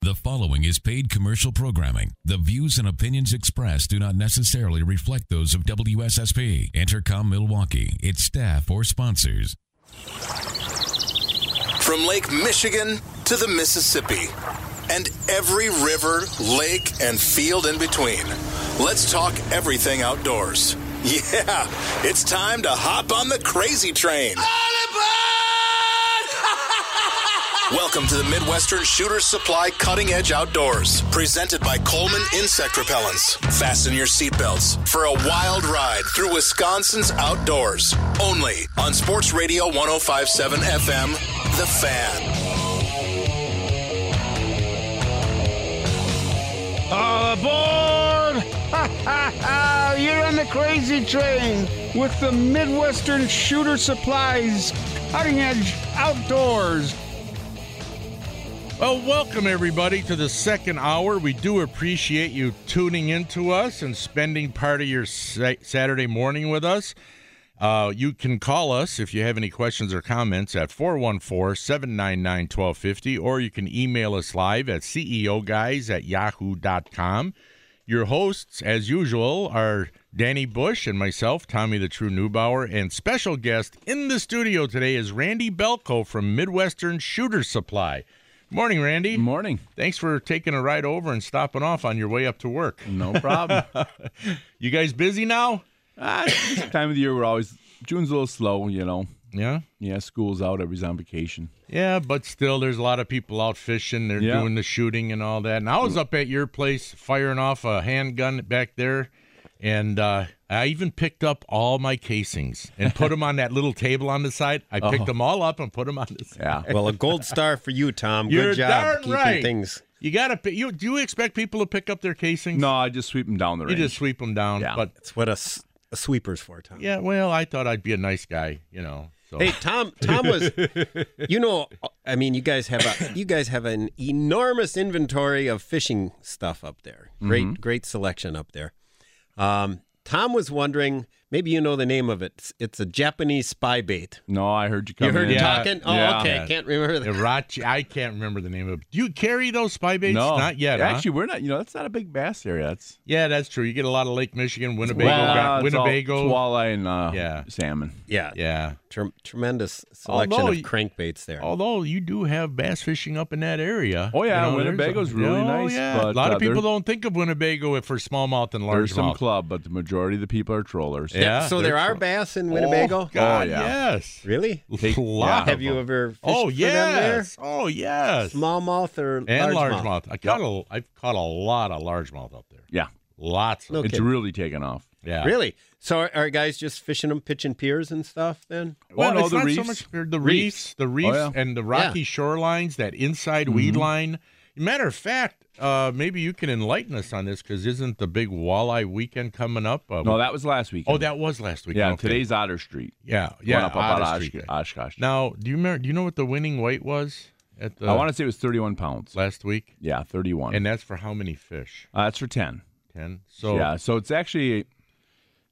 The following is paid commercial programming. The views and opinions expressed do not necessarily reflect those of WSSP, Intercom Milwaukee, its staff, or sponsors. From Lake Michigan to the Mississippi and every river, lake, and field in between. Let's talk everything outdoors. Yeah, it's time to hop on the crazy train. Welcome to the Midwestern Shooter Supply Cutting Edge Outdoors, presented by Coleman Insect Repellents. Fasten your seatbelts for a wild ride through Wisconsin's outdoors, only on Sports Radio 1057 FM, The Fan. All aboard! Ha, ha, ha. You're on the crazy train with the Midwestern Shooter Supplies Cutting Edge Outdoors. Well, welcome everybody to the second hour. We do appreciate you tuning in to us and spending part of your sa- Saturday morning with us. Uh, you can call us if you have any questions or comments at 414 799 1250, or you can email us live at ceoguys at yahoo.com. Your hosts, as usual, are Danny Bush and myself, Tommy the True Newbauer, and special guest in the studio today is Randy Belko from Midwestern Shooter Supply. Morning, Randy. Morning. Thanks for taking a ride over and stopping off on your way up to work. No problem. You guys busy now? ah, it's this time of the year we're always June's a little slow, you know. Yeah. Yeah, school's out, everybody's on vacation. Yeah, but still, there's a lot of people out fishing. They're Yeah. doing the shooting and all that. And I was up at your place firing off a handgun back there, and uh, I even picked up all my casings and put them on that little table on the side. I picked Oh. them all up and put them on the side. Yeah. Well, a gold star for you, Tom. You're Good job darn keeping right. things. You gotta. pi- You do you expect people to pick up their casings? No, I just sweep them down the you range. just sweep them down. Yeah. But That's what a, s- a sweeper's for, Tom. yeah, well, I thought I'd be a nice guy, you know. So Hey, Tom. Tom was, you know, I mean, you guys have a you guys have an enormous inventory of fishing stuff up there. Great, Mm-hmm. great selection up there. Um, Tom was wondering, maybe you know the name of it. It's, it's a Japanese spy bait. no, I heard you You coming heard in. Yeah. talking? Oh, Yeah. okay. Yeah. Can't remember that. Irachi, I can't remember the name of. it. Do you carry those spy baits? No, Not yet. huh? Actually, we're not. You know, that's not a big bass area. That's Yeah, that's true. You get a lot of Lake Michigan, Winnebago, Well, it's all- Uh, Winnebago. it's walleye, and uh, Yeah. salmon. Yeah. yeah. Trem- tremendous selection Although of you- crankbaits there. Although you do have bass fishing up in that area. Oh, yeah, You there's Winnebago's a- really oh, nice, Yeah. a but, lot uh, of people there's- don't think of Winnebago for smallmouth and There's some largemouth. club, but the majority of the people are trollers. Yeah. so they're there are tr- bass in Winnebago. Oh, God, Oh, yeah. yes. Really? Take- a lot. yeah. Have you ever fished Oh for them there? yes. Oh yes. Smallmouth or and largemouth? largemouth. I caught a. I've caught a lot of largemouth up there. Yeah. Lots. Of, No It's kidding. really taken off. yeah. Really? So are, are guys just fishing them, pitching piers and stuff? Then Well, Oh, no, it's the not so reefs. Oh, much the Reefs. reefs, the reefs, yeah. Mm-hmm. and the rocky shorelines, that inside weed line. Matter of fact, uh, maybe you can enlighten us on this because isn't the big walleye weekend coming up? Uh, No, that was last weekend. oh, that was last week. Yeah, okay. today's Otter Street. yeah, One yeah, up Uh, about Otter Osh- Street. Oshkosh. Now, do you remember? Do you know what the winning weight was at the I Um, want to say it was 31 pounds. last week? Yeah, 31. And that's for how many fish? uh, that's for 10. Ten. So yeah, so it's actually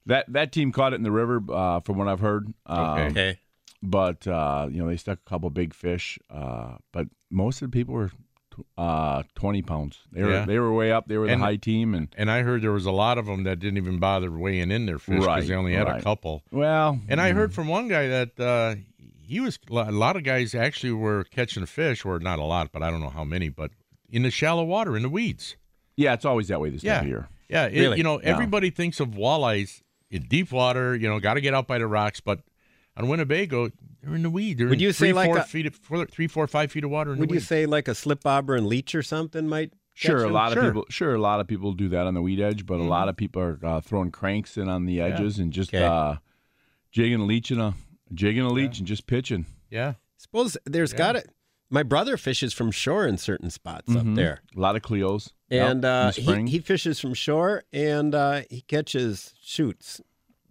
that that team caught it in the river, uh, from what I've heard. Um, Okay. okay, But uh, you know they stuck a couple big fish, uh, but most of the people were tw- uh, 20 pounds. They were Yeah. they were way up. They were the And- high team, and and I heard there was a lot of them that didn't even bother weighing in their fish because Right, they only had a right. couple. well, And I Mm. heard from one guy that uh, he was a lot of guys actually were catching fish, or not a lot, but I don't know how many, but in the shallow water in the weeds. yeah, it's always that way this Yeah. time of year. Yeah, it- Really? you know Yeah. everybody thinks of walleyes in deep water. You know, got to get out by the rocks, but on Winnebago, they're in the weed. They're Would in you three, say like four a- feet, of, four, three, four, five feet of water in would the you weeds? say like a slip bobber and leech or something might? Sure, catch a 'em? lot Sure. Mm-hmm. of people. Sure, a lot of people do that on the weed edge, but a lot of people are uh, throwing cranks in on the edges and just Okay. uh, jigging a leech and a jigging a leech and just pitching. yeah, Suppose there's got to My brother fishes from shore in certain spots Mhm. up there. A lot of Cleos. Yep, in and uh, the spring. he, he fishes from shore and uh, he catches shoots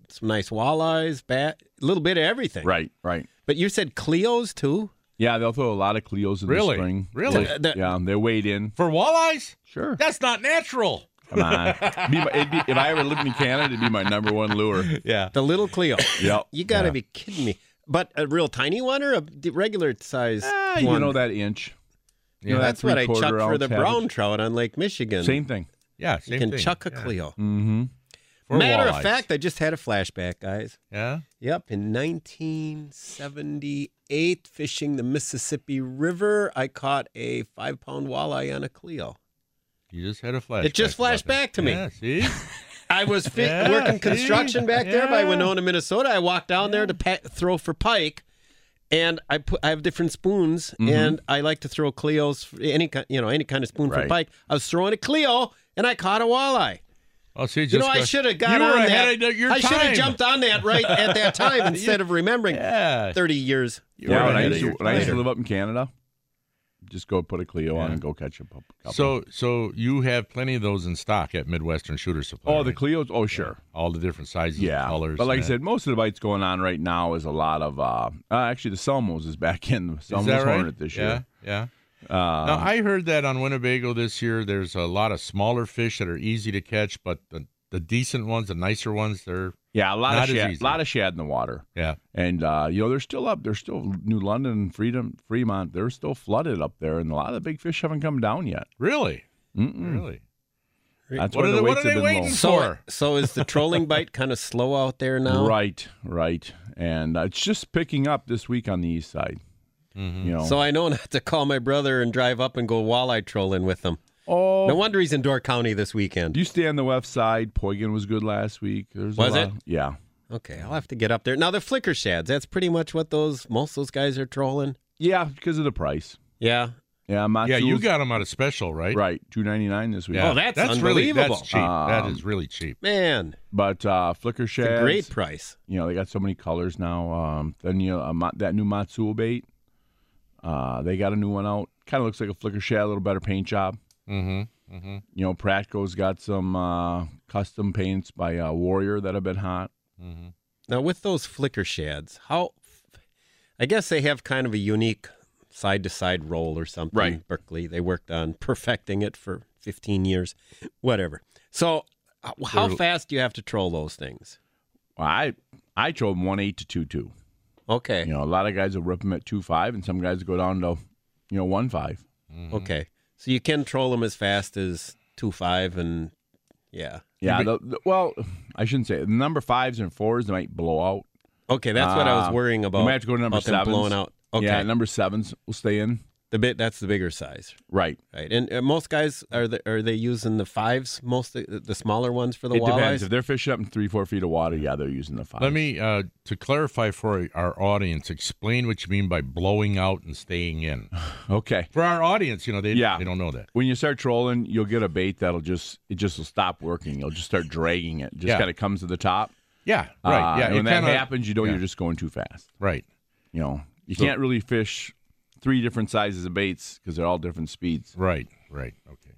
some nice walleyes bat a little bit of everything right, right. but you said cleos too Yeah, they'll throw a lot of Cleos in Really? the spring. Really? Yeah, The- the- yeah, they're weighed in. For walleyes? Sure. That's not natural. Come on. It'd be my- it'd be- if I ever lived in Canada, it'd be my number one lure. Yeah. the little cleo Yep. you gotta Yeah. be kidding me but a real tiny one or a d- regular size Ah, one? you know that inch. You know that that's what i three-quarter chucked for ounce the half brown inch? trout on lake michigan Same thing. Yeah. you Same can thing. chuck a Yeah. cleo Mm-hmm. For matter walleyes. of fact i just had a flashback guys Yeah. Yep, in 1978, fishing the Mississippi River, I caught a five pound walleye on a Clio. You just had a flash. It just flashed back to me. Yeah, see? I was fi- Yeah, working see? construction back there by Yeah. Winona, Minnesota. I walked down there to pa- throw for pike, and I put I have different spoons, Mm-hmm. and I like to throw Clios, for any kind you know any kind of spoon for Right. pike. I was throwing a Clio, and I caught a walleye. Oh, see, just You know, I got- should have got you on were that. ahead Of your I should time. have jumped on that right at that time instead of remembering Yeah. 30 years. You were Yeah, when I, ahead used of to, your when I used to time. live up in Canada, just go put a Clio on Yeah. and go catch a pu- couple. So, so you have plenty of those in stock at Midwestern Shooter Supply. oh, the right? Clios. Oh, sure. all the different sizes, and Yeah, colors. but like I and said, most of the bites going on right now is a lot of uh, uh actually the Selmos is back in the that. Selmos is that right? Hornet this year. Yeah, yeah. Uh, now I heard that on Winnebago this year, there's a lot of smaller fish that are easy to catch, but the, the decent ones, the nicer ones, they're yeah, a lot not as of shad, easy. lot of shad in the water, yeah, and uh, you know they're still up. They're still New London, Freedom, Fremont. They're still flooded up there, and a lot of the big fish haven't come down yet. really, Mm-mm. really. That's What why are the they- what are weights have they been low. waiting So, Four. so is the trolling bite kind of slow out there now? Right, right, and uh, it's just picking up this week on the east side. Mm-hmm. You know, So I know not to call my brother and drive up and go walleye trolling with him. oh, No wonder he's in Door County this weekend. you stay on the left side. Poygan was good last week. There's a Was lot- it? Yeah, Okay, I'll have to get up there. Now the flicker shads. That's pretty much what those most of those guys are trolling. yeah, because of the price. Yeah. Yeah, yeah, you Matsu's- got them out of special, right? right two ninety nine this week. Yeah. Oh, that's really unbelievable. that's cheap. that is Um, really cheap. Man, But uh, flicker it's shads, a great price. You know they got so many colors now. Um, then you know, uh, ma- that new Matsuo bait. Uh, they got a new one out. Kind of looks like a flicker shad, a little better paint job. Mm-hmm. Mm-hmm. You know, Pratko's got some uh, custom paints by uh, Warrior that have been hot. Mm-hmm. Now with those flicker shads, how I guess they have kind of a unique side to side roll or something. Right. Berkeley. They worked on perfecting it for 15 years. Whatever. So h- how They're- fast do you have to troll those things? Well, I I drove one eight to two two. Okay. You know, a lot of guys will rip them at two five, and some guys go down to you know one five. Okay. So you can troll them as fast as two five and yeah. Yeah, the, the- well, I shouldn't say it. number fives and fours they might blow out. Okay, that's what I Ah, was worrying about. You might have to go to number about them sevens. blowing out. Okay. Yeah, number sevens will stay in. the bit that's the bigger size, Right. right? And uh, most guys are the, are they using the fives? Most of the, the smaller ones for the it depends. walleyes. If they're fishing up in three, four feet of water, yeah, they're using the five. Let me uh, to clarify for our audience. Explain what you mean by blowing out and staying in. Okay. For our audience, you know they Yeah. they don't know that. When you start trolling, you'll get a bait that'll just it just will stop working. You'll just start dragging it. Just Yeah. kind of comes to the top. Yeah, right. Uh, yeah, and it when that kinda- happens, you know yeah. you're just going too fast. Right. You know, you So- can't really fish three different sizes of baits because they're all different speeds. Right, right. Okay.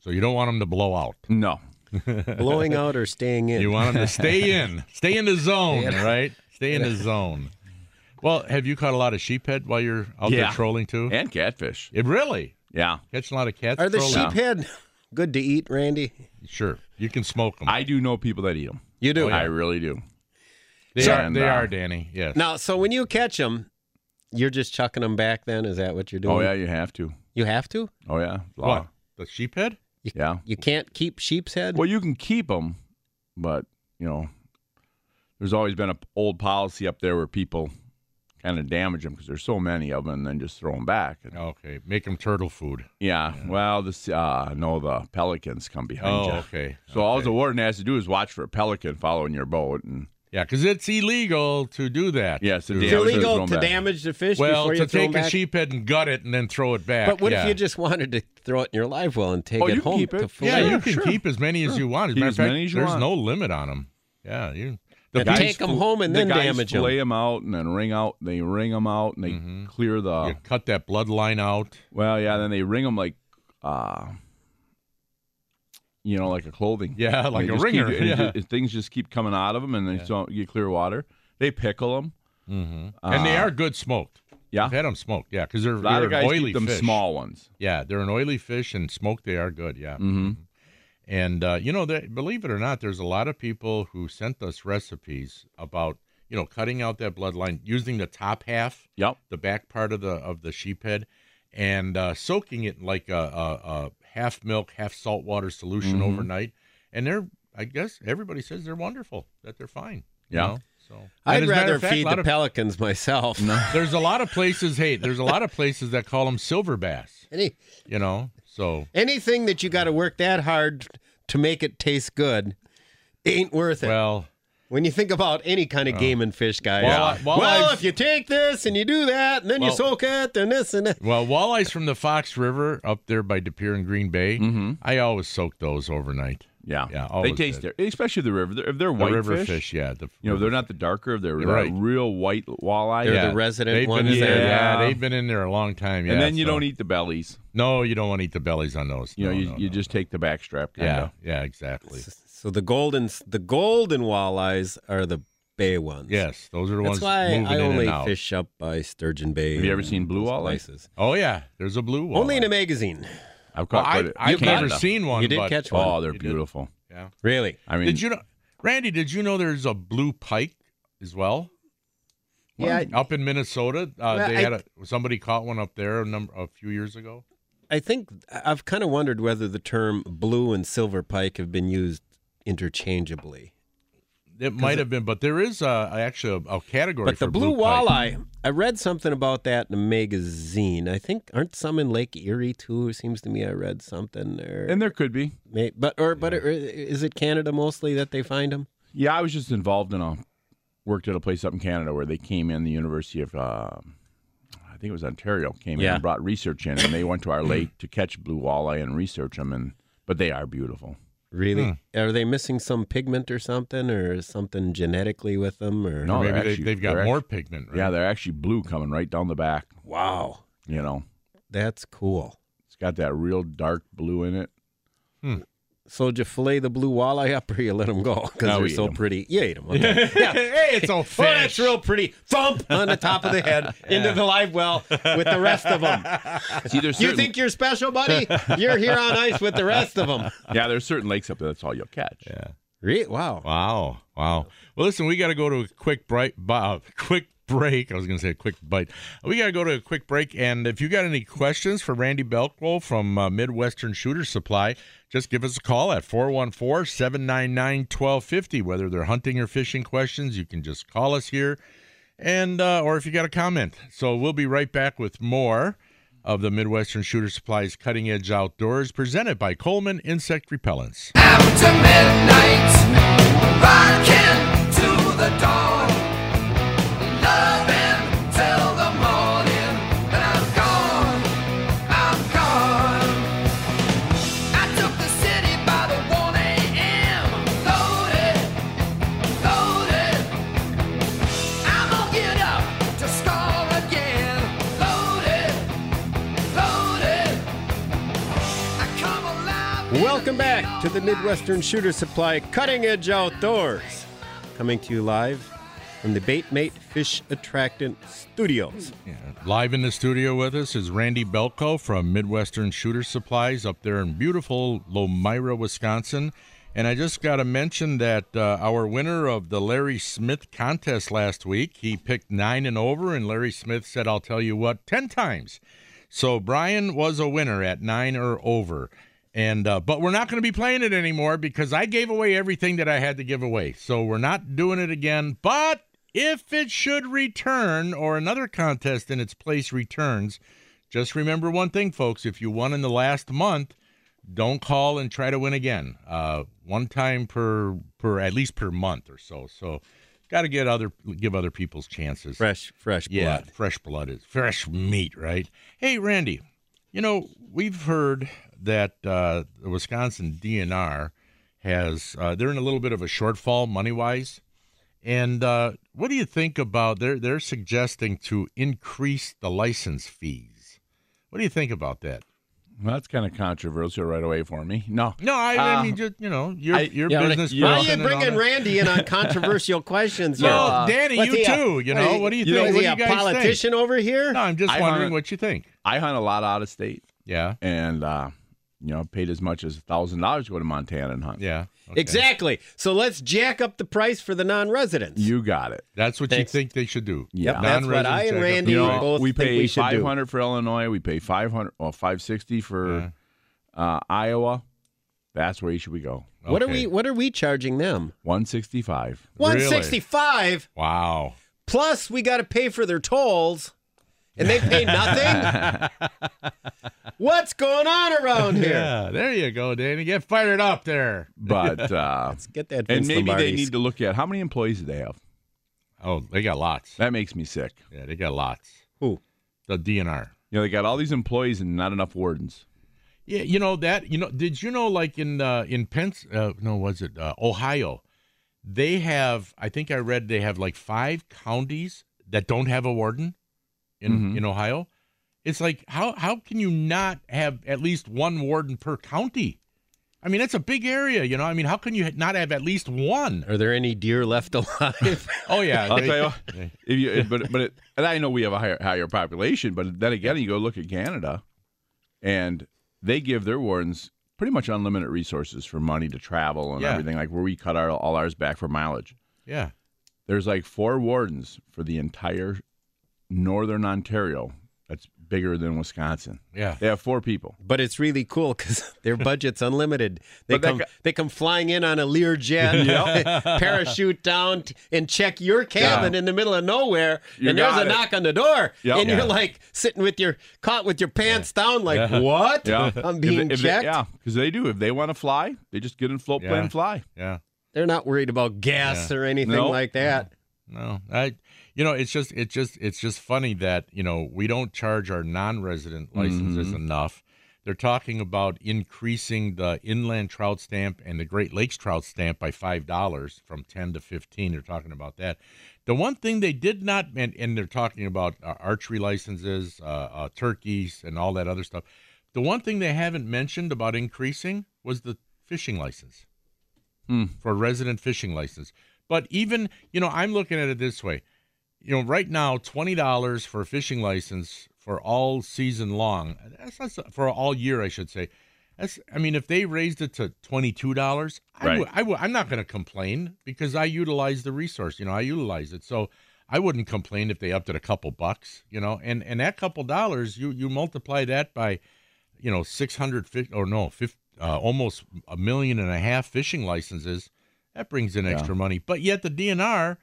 So you don't want them to blow out. No. blowing out or staying in. You want them to stay in, stay in the zone, right? Stay in the zone. Well, have you caught a lot of sheephead while you're out there Yeah. trolling too? And catfish. It really Yeah. catching a lot of cats. are the trolling? sheep head good to eat, Randy? Sure, you can smoke them. I do know people that eat them. You do. Oh, I really do. they Sure. are, they And, uh, are, Danny. Yes. Now, so when you catch them, you're just chucking them back. Then is that what you're doing? Oh yeah, you have to. You have to. Oh yeah. what the sheephead? Yeah. You can't keep sheep's head. Well, you can keep them, but you know, there's always been an old policy up there where people kind of damage them because there's so many of them, and then just throw them back. And- Okay, make them turtle food. yeah, Well, this uh, no, the pelicans come behind Oh, you. okay. So all the warden has to do is watch for a pelican following your boat, and Yeah, because it's illegal to do that. Yes, it To- is. it's Yeah, I was gonna throw illegal 'em to back. damage the fish Well, before you to throw 'em take a back. sheephead and gut it and then throw it back. But what yeah. if you just wanted to throw it in your live well and take Oh, it you can home keep it. to fillet? Yeah, Sure, you can sure. keep as many as you want. As a Keep matter as of fact, many as you there's want. no limit on them. Yeah, you. And guys take 'em fl- home and the then guys damage 'em. Flay them out and then ring out. They ring them out and they Mm-hmm. clear the. You cut that bloodline out. Well, yeah. Then they ring them like, uh, you know, like a clothing. Yeah, like They a just ringer, keep- and it yeah. just- and things just keep coming out of them, and they don't get clear water. They pickle them. and they are good smoked. Ah. Yeah. I've had them smoked. Yeah, because they're, A lot they're of guys an oily keep them fish. small ones. Yeah, they're an oily fish, and smoked they are good. Yeah. Mm-hmm. And uh, you know, they, believe it or not, there's a lot of people who sent us recipes about you know cutting out that bloodline using the top half, Yep. the back part of the of the sheep head, and uh, soaking it in like a, a, a half milk, half salt water solution Mm-hmm. overnight. And they're, I guess, everybody says they're wonderful, that they're fine. you Yeah. know? So I'd And as a matter rather of fact, a feed lot the of- pelicans myself. There's a lot of places. Hey, there's a lot of places that call them silver bass. Any, You know, so anything that you got to work that hard to make it taste good ain't worth it. well, when you think about any kind of game and fish, guys. Walleye- Well, walleyes- if you take this and you do that, and then you Well- soak it, and this and that. well, walleyes from the Fox River up there by De Pere and Green Bay. Mm-hmm. I always soak those overnight. Yeah. Yeah, They always taste did. it, especially the river. If they're The white river fish, fish, yeah. The, you know, they're not the darker. They're Right. that real white walleye. They're yeah, the resident they've been ones in there. there. Yeah. Yeah. they've been in there a long time. Yeah, and then you so- don't eat the bellies. No, you don't want to eat the bellies on those. You know, No, you, no, you no. just take the back strap. yeah, Kinda. yeah, exactly. So the golden, the golden walleyes are the bay ones. Yes, those are the ones. that's why moving I in and only out. fish up by Sturgeon Bay. Have you ever and seen blue those walleye? places. Oh yeah, there's a blue one. Only in a magazine, I've Well, caught I, quite a- I've Canada. never seen one. You did but- catch one. Oh, they're You did? beautiful. Yeah. really. I mean, did you know, Randy? Did you know there's a blue pike as well? Yeah, Up in Minnesota, uh, Well, they I- had a, somebody caught one up there a number a few years ago. I think I've kind of wondered whether the term blue and silver pike have been used interchangeably. It might have been, but there is uh, actually a, a category. But the for blue, pike. walleye, I read something about that in a magazine. I think aren't some in Lake Erie too? It seems to me I read something there. and there could be. May- but or but or, is it Canada mostly that they find them? Yeah, I was just involved in a worked at a place up in Canada where they came in the University of uh, I think it was Ontario came in Yeah. and brought research in, and they went to our lake to catch blue walleye and research them. And but they are beautiful. Really? Hmm. Are they missing some pigment or something or something genetically with them or No, Maybe they're they, actually- they've got they're more actu- pigment. Right? Yeah, they're actually blue coming right down the back. wow. You know, That's cool. it's got that real dark blue in it. So did you fillet the blue walleye up or you let them go because No, they're we so ate 'em. pretty? You ate them. Okay. hey, it's all Oh, fish. that's real pretty. Thump on the top of the head into the live well with the rest of them. See, there's You certain- think you're special, buddy? You're here on ice with the rest of them. yeah, there's certain lakes up there. That's all you'll catch. Yeah. Really? Wow. Wow, wow. Well, listen, we got to go to a quick bright, bu- uh, quick break. I was going to say a quick bite. We got to go to a quick break. And if you got any questions for Randy Belkwell from uh, Midwestern Shooter Supply, just give us a call at 414-799-1250. Whether they're hunting or fishing questions, you can just call us here, and uh, or if you got a comment. So we'll be right back with more. Of the Midwestern Shooter Supplies Cutting Edge Outdoors, presented by Coleman Insect Repellents. After midnight, rocking to the dawn. Loving till the morning, but I'm gone. I'm gone. I took the city by the 1 a.m. Loaded, loaded. I'm gonna get up to score again. Loaded, loaded. I come alive. in Welcome the back to the middle of night. Midwestern Shooter Supply Cutting Edge Outdoors. Coming to you live from the Baitmate Fish Attractant Studios. Live in the studio with us is Randy Belko from Midwestern Shooter Supplies up there in beautiful Lomira, Wisconsin. And I just got to mention that uh, our winner of the Larry Smith contest last week, he picked nine and over, and Larry Smith said, I'll tell you what, 10 times. So Brian was a winner at nine or over. And uh, but we're not going to be playing it anymore because I gave away everything that I had to give away. So we're not doing it again. But if it should return or another contest in its place returns, just remember one thing, folks. If you won in the last month, don't call and try to win again. Uh, one time per per at least per month or so. So got to get other give other people's chances. Fresh, fresh Yeah, blood. fresh blood is fresh meat, right? Hey, Randy, you know we've heard that uh, the Wisconsin DNR has uh, they're in a little bit of a shortfall money wise, And uh, what do you think about they're they're suggesting to increase the license fees? What do you think about that? Well, that's kind of controversial right away for me. No, No, I, I Uh, mean just you know your I- your yeah, when I- business. you know- Why Why are person and you all bringing that. Randy Oh, in on controversial questions? No, here? Uh, Danny, What's you he, a- too. You know what do you know, think? Is What he do you a guys think? politician over here? No, I'm just I wondering wanna- what you think. I hunt a lot out of state, Yeah, and uh, you know, paid as much as a thousand dollars to go to Montana and hunt. yeah, okay. Exactly. So let's jack up the price for the non-residents. you got it. That's what Thanks. you think they should do. Yep, that's what Non-resident I and checkup. Randy- You We know, both we think pay we should do. 500 for Illinois. We pay 500 or 560 for uh, Iowa. That's where you should we go. What are Okay. we? What are we charging them? 165. Really? 165 Wow. plus we got to pay for their tolls, and they pay nothing. What's going on around here? Yeah, Uh, there you go, Danny. Get fired up there. But uh, Get that. and Vince maybe they Lombardi's. need to look at how many employees do they have. Oh, they got lots. That makes me sick. Yeah, they got lots. Who? The DNR. You know, they got all these employees and not enough wardens. Yeah, you know that. You know, did you know like in uh, in Pens? Uh, no, was it uh, Ohio? They have. I think I read they have like five counties that don't have a warden in Mhm. in Ohio. It's like how how can you not have at least one warden per county? I mean, that's a big area. You know, I mean, how can you not have at least one? Are there any deer left alive? Oh yeah, I'll they- tell you. What, if you, but but it, and I know we have a higher higher population, but then again, you go look at Canada, and they give their wardens pretty much unlimited resources for money to travel and Yeah. everything. Like where we cut our all ours back for mileage. yeah. There's like four wardens for the entire northern Ontario. That's bigger than Wisconsin. Yeah. They have four people. but it's really cool because their budget's unlimited. They But that come, guy- they come flying in on a Learjet, parachute down, t- and check your cabin in the middle of nowhere. You and there's got a it. knock on the door, Yep. and Yeah. you're like sitting with your caught with your pants down, like what? Yeah, I'm If being they- if they- checked. yeah, because they do. If they want to fly, they just get in float Yeah. plane and fly. Yeah. They're not worried about gas or anything Nope. like that. No, I, you know, it's just, it's just, it's just funny that you know we don't charge our non-resident licenses enough. They're talking about increasing the inland trout stamp and the Great Lakes trout stamp by five dollars from ten to fifteen. They're talking about that. The one thing they did not, and, and they're talking about uh, archery licenses, uh, uh, turkeys, and all that other stuff. The one thing they haven't mentioned about increasing was the fishing license for a resident fishing license. But even, you know, I'm looking at it this way. You know, right now, twenty dollars for a fishing license for all season long. That's, that's for all year, I should say. That's, I mean, if they raised it to twenty-two dollars, I Right. would, I would, I'm not going to complain because I utilize the resource. You know, I utilize it, so I wouldn't complain if they upped it a couple bucks. You know, and and that couple dollars, you you multiply that by you know, 650 or no, 50, uh, almost a million and a half fishing licenses. That brings in extra money. But yet the DNR,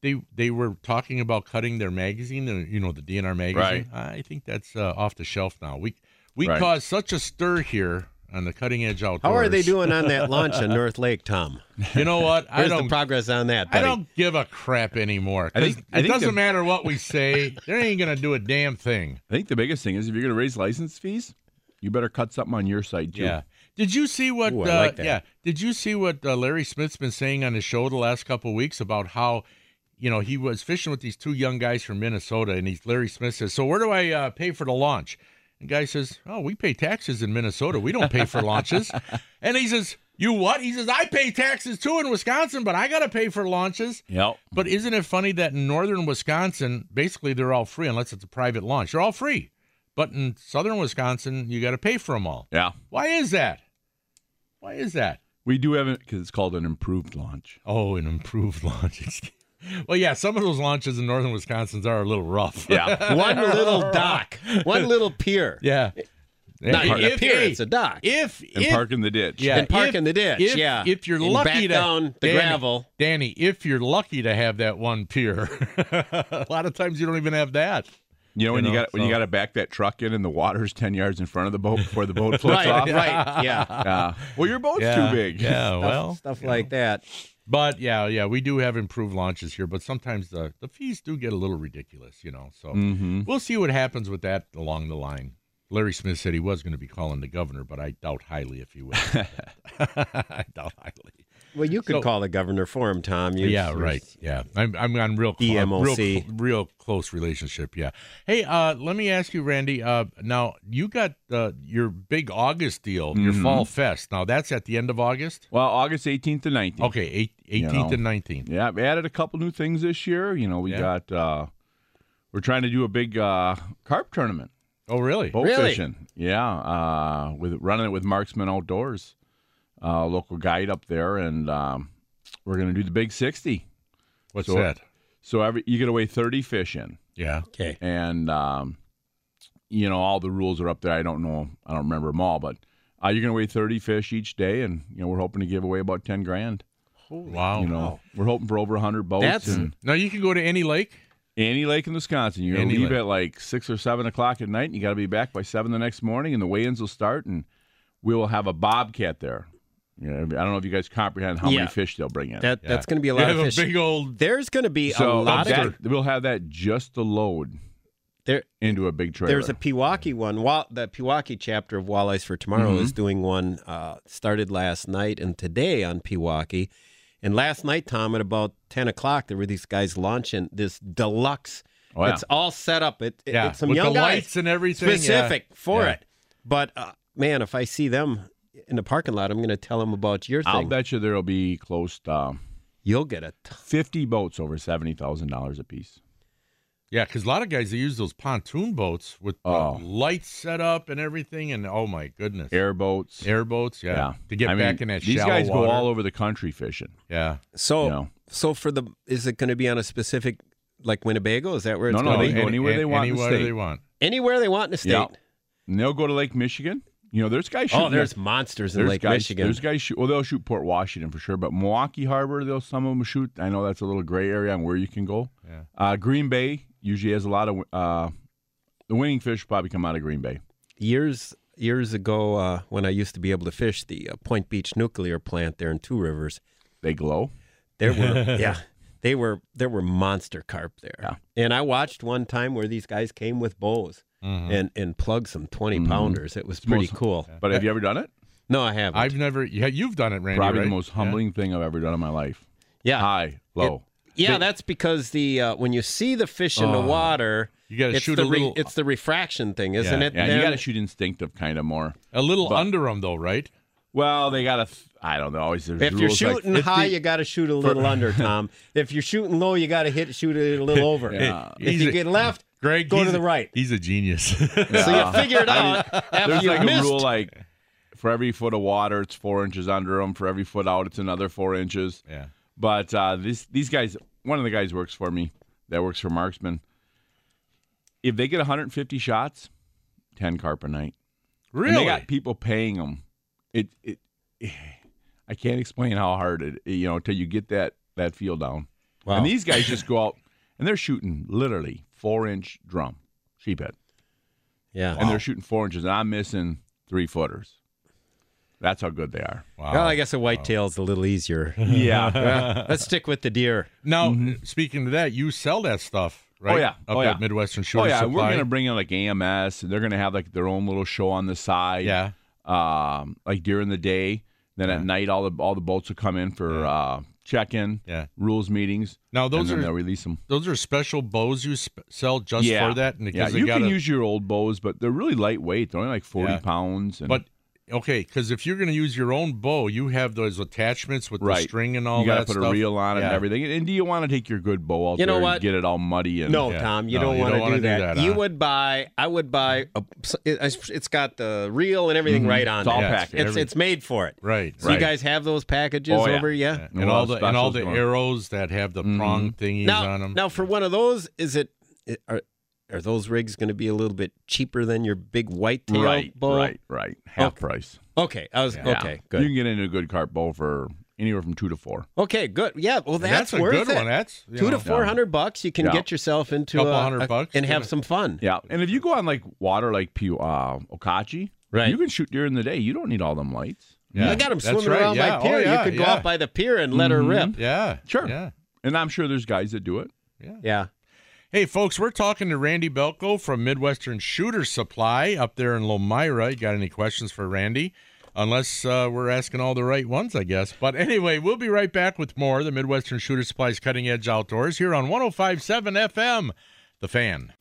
they they were talking about cutting their magazine, the, you know, the DNR magazine. I think that's uh, off the shelf now. We we Right. caused such a stir here on the cutting edge outdoors. How are they doing on that launch in North Lake, Tom? You know what? I Where's the don't. progress on that? I Buddy? don't give a crap anymore. I 'cause think- I it think doesn't the- matter what we say. they ain't gonna do a damn thing. I think the biggest thing is if you're going to raise license fees, you better cut something on your side too. Yeah. Did you see what? Ooh, I uh, like that. Yeah. Did you see what uh, Larry Smith's been saying on his show the last couple of weeks about how, you know, he was fishing with these two young guys from Minnesota, and he's Larry Smith says, "So where do I uh, pay for the launch?" And guy says, "Oh, we pay taxes in Minnesota. We don't pay for launches." and he says, "You what?" He says, "I pay taxes too in Wisconsin, but I got to pay for launches." Yep. Mm. But isn't it funny that in northern Wisconsin, basically they're all free unless it's a private launch. They're all free. But in southern Wisconsin, you got to pay for them all. Yeah. Why is that? Why is that? We do have it because it's called an improved launch. Oh, an improved launch. well, yeah, some of those launches in northern Wisconsin are a little rough. Yeah. One little dock, one little pier. yeah. Not If- even a if- pier, hey, it's a dock. If and if- park in the ditch. yeah, And park if- in the ditch, if- yeah. If you're And lucky back to down the Danny- gravel. Danny, if you're lucky to have that one pier, a lot of times you don't even have that. You know when You you, know, got when you so- got to back that truck in and the water's ten yards in front of the boat before the boat floats Right, off. right, yeah. Uh, well, your boat's Yeah, too big. Yeah, well, Stuff like that. But yeah, yeah, we do have improved launches here, but sometimes the, the fees do get a little ridiculous, you know. So Mm-hmm. we'll see what happens with that along the line. Larry Smith said he was going to be calling the governor, but I doubt highly if he will. I doubt highly. Well, you could So- call the governor for him, Tom. You, yeah, right. Yeah, I'm I'm on real E cl- real, DMOC. cl- real close relationship. Yeah. Hey, uh, let me ask you, Randy. Uh, now you got uh, your big August deal, your Mm-hmm. Fall Fest. Now that's at the end of August. Well, August 18th to 19th. Okay, eight, 18th know. and 19th. Yeah, I've added a couple new things this year. You know, we Yeah. got uh we're trying to do a big uh carp tournament. Oh, really? Boat Really? fishing. Yeah. Uh with running it with Marksman Outdoors, uh local guide up there and um we're gonna do the big sixty. What's So- that? So every you get away thirty fish in. Yeah. Okay. and um, you know all the rules are up there. I don't know, I don't remember them all, but uh, you're gonna weigh 30 fish each day, and you know we're hoping to give away about 10 grand. wow. you know, we're hoping for over 100 boats. That's- and Now you can go to any lake. any lake in Wisconsin. You're gonna Any leave lake. at like six or seven o'clock at night, and you got to be back by seven the next morning, and the weigh-ins will start, and we will have a bobcat there. You know, I don't know if you guys comprehend how Yeah. many fish they'll bring in. That Yeah. that's going to be a You lot have of a fish. big old. There's going to be so a lot that- of we'll have that just to load there. into a big trailer. There's a Pewaukee one. Wa- the Pewaukee chapter of Walleyes for Tomorrow Mm-hmm. is doing one. Uh, started last night and today on Pewaukee. And last night, Tom, at about ten o'clock, there were these guys launching this deluxe. Oh, yeah. It's all set up. It, it- Yeah, it's some with young the guys lights and everything. yeah. specific for Yeah. it. But uh, man, if I see them in the parking lot, I'm going to tell them about your I'll thing. bet you there'll be close to. um, You'll get a ton. 50 boats over $70,000 a piece. Yeah, because a lot of guys they use those pontoon boats with the Oh. lights set up and everything, and oh my goodness, Airboats. airboats, yeah, to get I mean, back in that These shallow guys water. go all over the country fishing. Yeah, So, No. so for the is it going to be on a specific like Winnebago? Is that where it's No, going they to be? go anywhere they want in the anywhere state. they want. Anywhere they want in the state. Yeah. And they'll go to Lake Michigan. You know, there's guys shooting. Oh, there's monsters in there's Lake guys, Michigan. There's guys shoot. Well, they'll shoot Port Washington for sure, but Milwaukee Harbor, they'll some of them shoot. I know that's a little gray area on where you can go. Yeah. Uh, Green Bay usually has a lot of. Uh, the winning fish probably come out of Green Bay. years years ago uh, when I used to be able to fish the uh, Point Beach nuclear plant there in Two Rivers, They glow. there were yeah. They were there were monster carp there, and I watched one time where these guys came with bows and and plugged some 20 pounders. It was pretty Mm-hmm. most- cool. But have you ever done it? No, I haven't. I've never. Yeah, you've done it, Randy. Probably right? the most humbling thing I've ever done in my life. yeah, High, low. Yeah, that's because the uh, when you see the fish in the Oh. water, You gotta it's shoot the a little- it's the refraction thing, isn't Yeah, it? yeah, Ben? you got to shoot instinctive kind of more. A little under them though, right? Well, they got to. I don't know. Always there's if you're rules like shooting 50 high, you got to shoot a little under, Tom. if you're shooting low, you got to hit shoot it a little over. If He's you a- get left, Greg, go to he's the a- right. He's a genius. So you figure it I mean, out after There's you like missed. a rule like for every foot of water, it's four inches under them. For every foot out, it's another four inches. yeah. But uh, this, these guys, one of the guys works for me that works for Marksman. If they get 150 shots, 10 carp a night. And Really? they got people paying them. It, it, I can't explain how hard it, you know, until you get that that feel down. Wow. And these guys just go out and they're shooting literally four inch drum sheephead, yeah. and they're shooting four inches, and I'm missing three footers. That's how good they are. wow. Well, I guess a whitetail's a little easier. Yeah, Uh, Let's stick with the deer. now, speaking to that, you sell that stuff, right? Mm-hmm. Oh, yeah. Up Oh, at yeah. Midwestern Shooter oh yeah. We're Supply. gonna bring in like AMS, and they're gonna have like their own little show on the side. yeah. um, like during the day. Then at night, all the all the boats will come in for uh, check in, Yeah. rules meetings. Now, those and then are- they'll release them. Those are special bows you sp- sell just yeah, for that, and yeah. because they You got can a- use your old bows, but they're really lightweight. They're only like forty Yeah. pounds. And But okay, because if you're going to use your own bow, you have those attachments with the right, string and all you that. gotta put stuff. a reel on it Yeah. and everything. And do you want to take your good bow out You know there what? and get it all muddy? And No, Yeah. Tom, you No, don't you want don't to wanna do do that. that, you huh? would buy, I would buy, a, it, it's got the reel and everything right on It's all there. packed. It's, it's made for it. Right. So you Right. guys have those packages Oh, yeah. over, yeah? Yeah. A And lot all of the and all specials the going. Mm-hmm. arrows that have the prong thingies Now, on them. now for one of those, is it i- are are those rigs going to be a little bit cheaper than your big whitetail right, bow? right, right, half Okay. price. Okay, I was Yeah. okay, You good. can get into a good carp bow for anywhere from two to four. Okay, good. Yeah, well, And that's, a worth good it. one. That's you Two to know, four hundred bucks, you can Yeah. get yourself into Couple a hundred a- bucks, and have yeah. some fun. Yeah, and if you go on like water, like Pew, uh, Okachi, Right. you can shoot during the day. You don't need all them lights. Yeah. I got them That's swimming right, around yeah. my Oh, pier. yeah, you could go yeah. Mm-hmm. out by the pier and let her rip. Yeah. Sure. Yeah. And I'm sure there's guys that do it. Yeah. Hey, folks, we're talking to Randy Belko from Midwestern Shooter Supply up there in Lomira. You got any questions for Randy? Unless uh, we're asking all the right ones, I guess. But anyway, we'll be right back with more of the Midwestern Shooter Supplies Cutting Edge Outdoors here on 1057 FM, The Fan.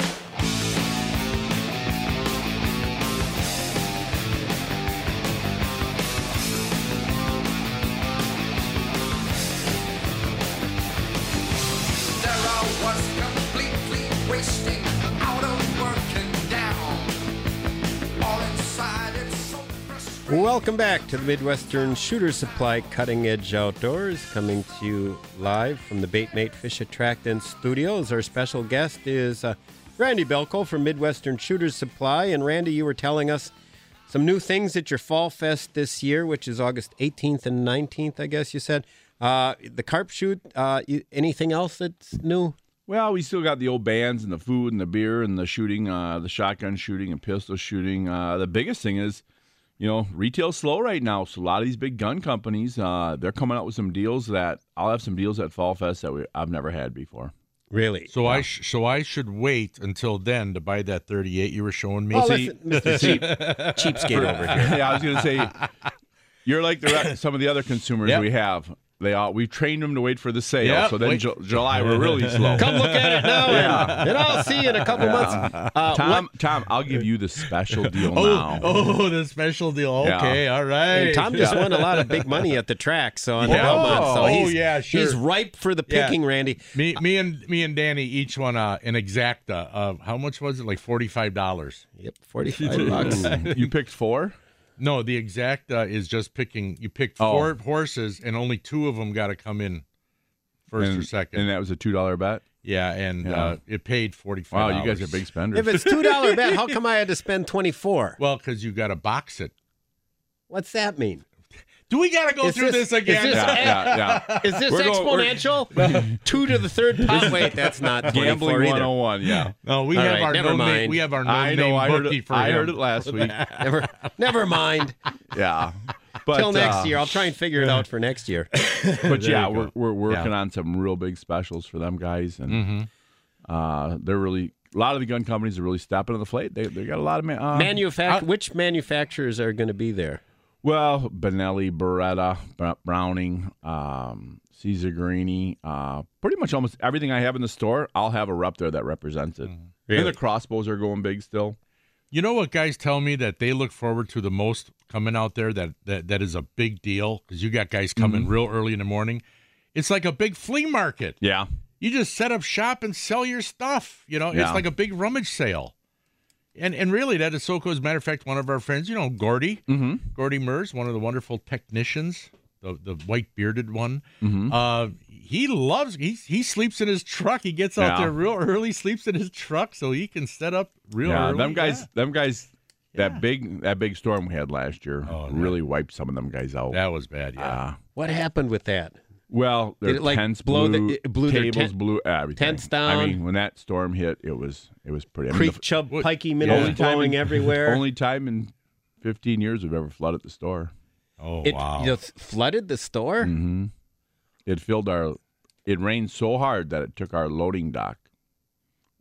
There I was completely wasting out of work and down. All inside it's so frustrating. Welcome back to the Midwestern Shooter Supply Cutting Edge Outdoors, coming to you live from the Baitmate Fish Attractant Studios. Our special guest is uh, Randy Belko from Midwestern Shooter Supply. And Randy, you were telling us some new things at your Fall Fest this year, which is August 18th and 19th, I guess you said. Uh, the carp shoot, uh, you, anything else that's new? Well, we still got the old bands and the food and the beer and the shooting, uh, the shotgun shooting and pistol shooting. Uh, the biggest thing is, you know, retail's slow right now. So a lot of these big gun companies, uh, they're coming out with some deals that I'll have some deals at Fall Fest that we, I've never had before. Really? So I sh- so I should wait until then to buy that 38 you were showing me. Oh, listen, Mr. Cheap, cheapskate over here. yeah, I was going to say, you're like the re- some of the other consumers Yep. we have. They all we've trained them to wait for the sale. Yep, So then wait. Ju- July we're really slow. Come look at it now, and, and I'll see you in a couple months. Uh, Tom, Tom, I'll give you the special deal now. oh, oh, the special deal. Yeah. Okay, all right. And Tom just won a lot of big money at the track, so on the Yeah. Belmont. So Oh, he's, yeah, sure. he's ripe for the Yeah. picking, Randy. me, me and me and Danny each won uh, an exacta of how much was it? Like forty five dollars. Yep, 45 bucks. you picked four? No, the exacta is just picking. You picked Oh. four horses, and only two of them got to come in first and, or second. And that was a two dollar bet. yeah, and Yeah. Uh, it paid forty Wow, five. you guys are big spenders. If it's $2 bet, how come I had to spend 24 Well, because you got to box it. What's that mean? Do we got to go Is through this- this, is again? this- yeah, yeah, yeah. Is this We're going- we're- exponential? Two to the third power. Wait, that's not 24 Gambling either. 101, yeah. No, we All have right, our never no name. mind. We have our no I know. name I heard, bookie it, for I him. heard it last week. Never, never mind. Yeah. But Till next uh, year, I'll try and figure it out for next year. But yeah, you we're, we're working Yeah. Mm-hmm. on some real big specials for them guys, and uh, they're really a lot of the gun companies are really stepping to the plate. They they got a lot of man. Uh, Manufac- which manufacturers are going to be there? well, Benelli, Beretta, Br- Browning, um, Caesar Greeny, uh, pretty much almost everything I have in the store, I'll have a rep there that represents it. Mm-hmm. And the crossbows are going big still. You know what guys tell me that they look forward to the most coming out there that that, that is a big deal because you got guys coming Mm-hmm. real early in the morning. It's like a big flea market. Yeah. You just set up shop and sell your stuff. You know, Yeah. it's like a big rummage sale. And and really that is so cool. As a matter of fact, one of our friends, you know, Gordy, Mm-hmm. Gordy Mers, one of the wonderful technicians, the the white bearded one. Mhm. Uh, he loves he he sleeps in his truck. He gets out Yeah. there real early, sleeps in his truck so he can set up real yeah, early. them guys, them guys, Yeah. that big that big storm we had last year Oh, yeah. really wiped some of them guys out. Yeah. That was bad. Yeah. Uh, What happened with that? well, their Did it, like, tents blow the- blew, it blew their tables tent- blew everything. tents I down? mean, when that storm hit, it was it was pretty. I mean, Creek the f- Chub what- Pikey the minnows only time in- blowing everywhere. Only time in 15 years we've ever flooded the store. Oh it wow. just flooded the store? hmm It filled our. It rained so hard that it took our loading dock,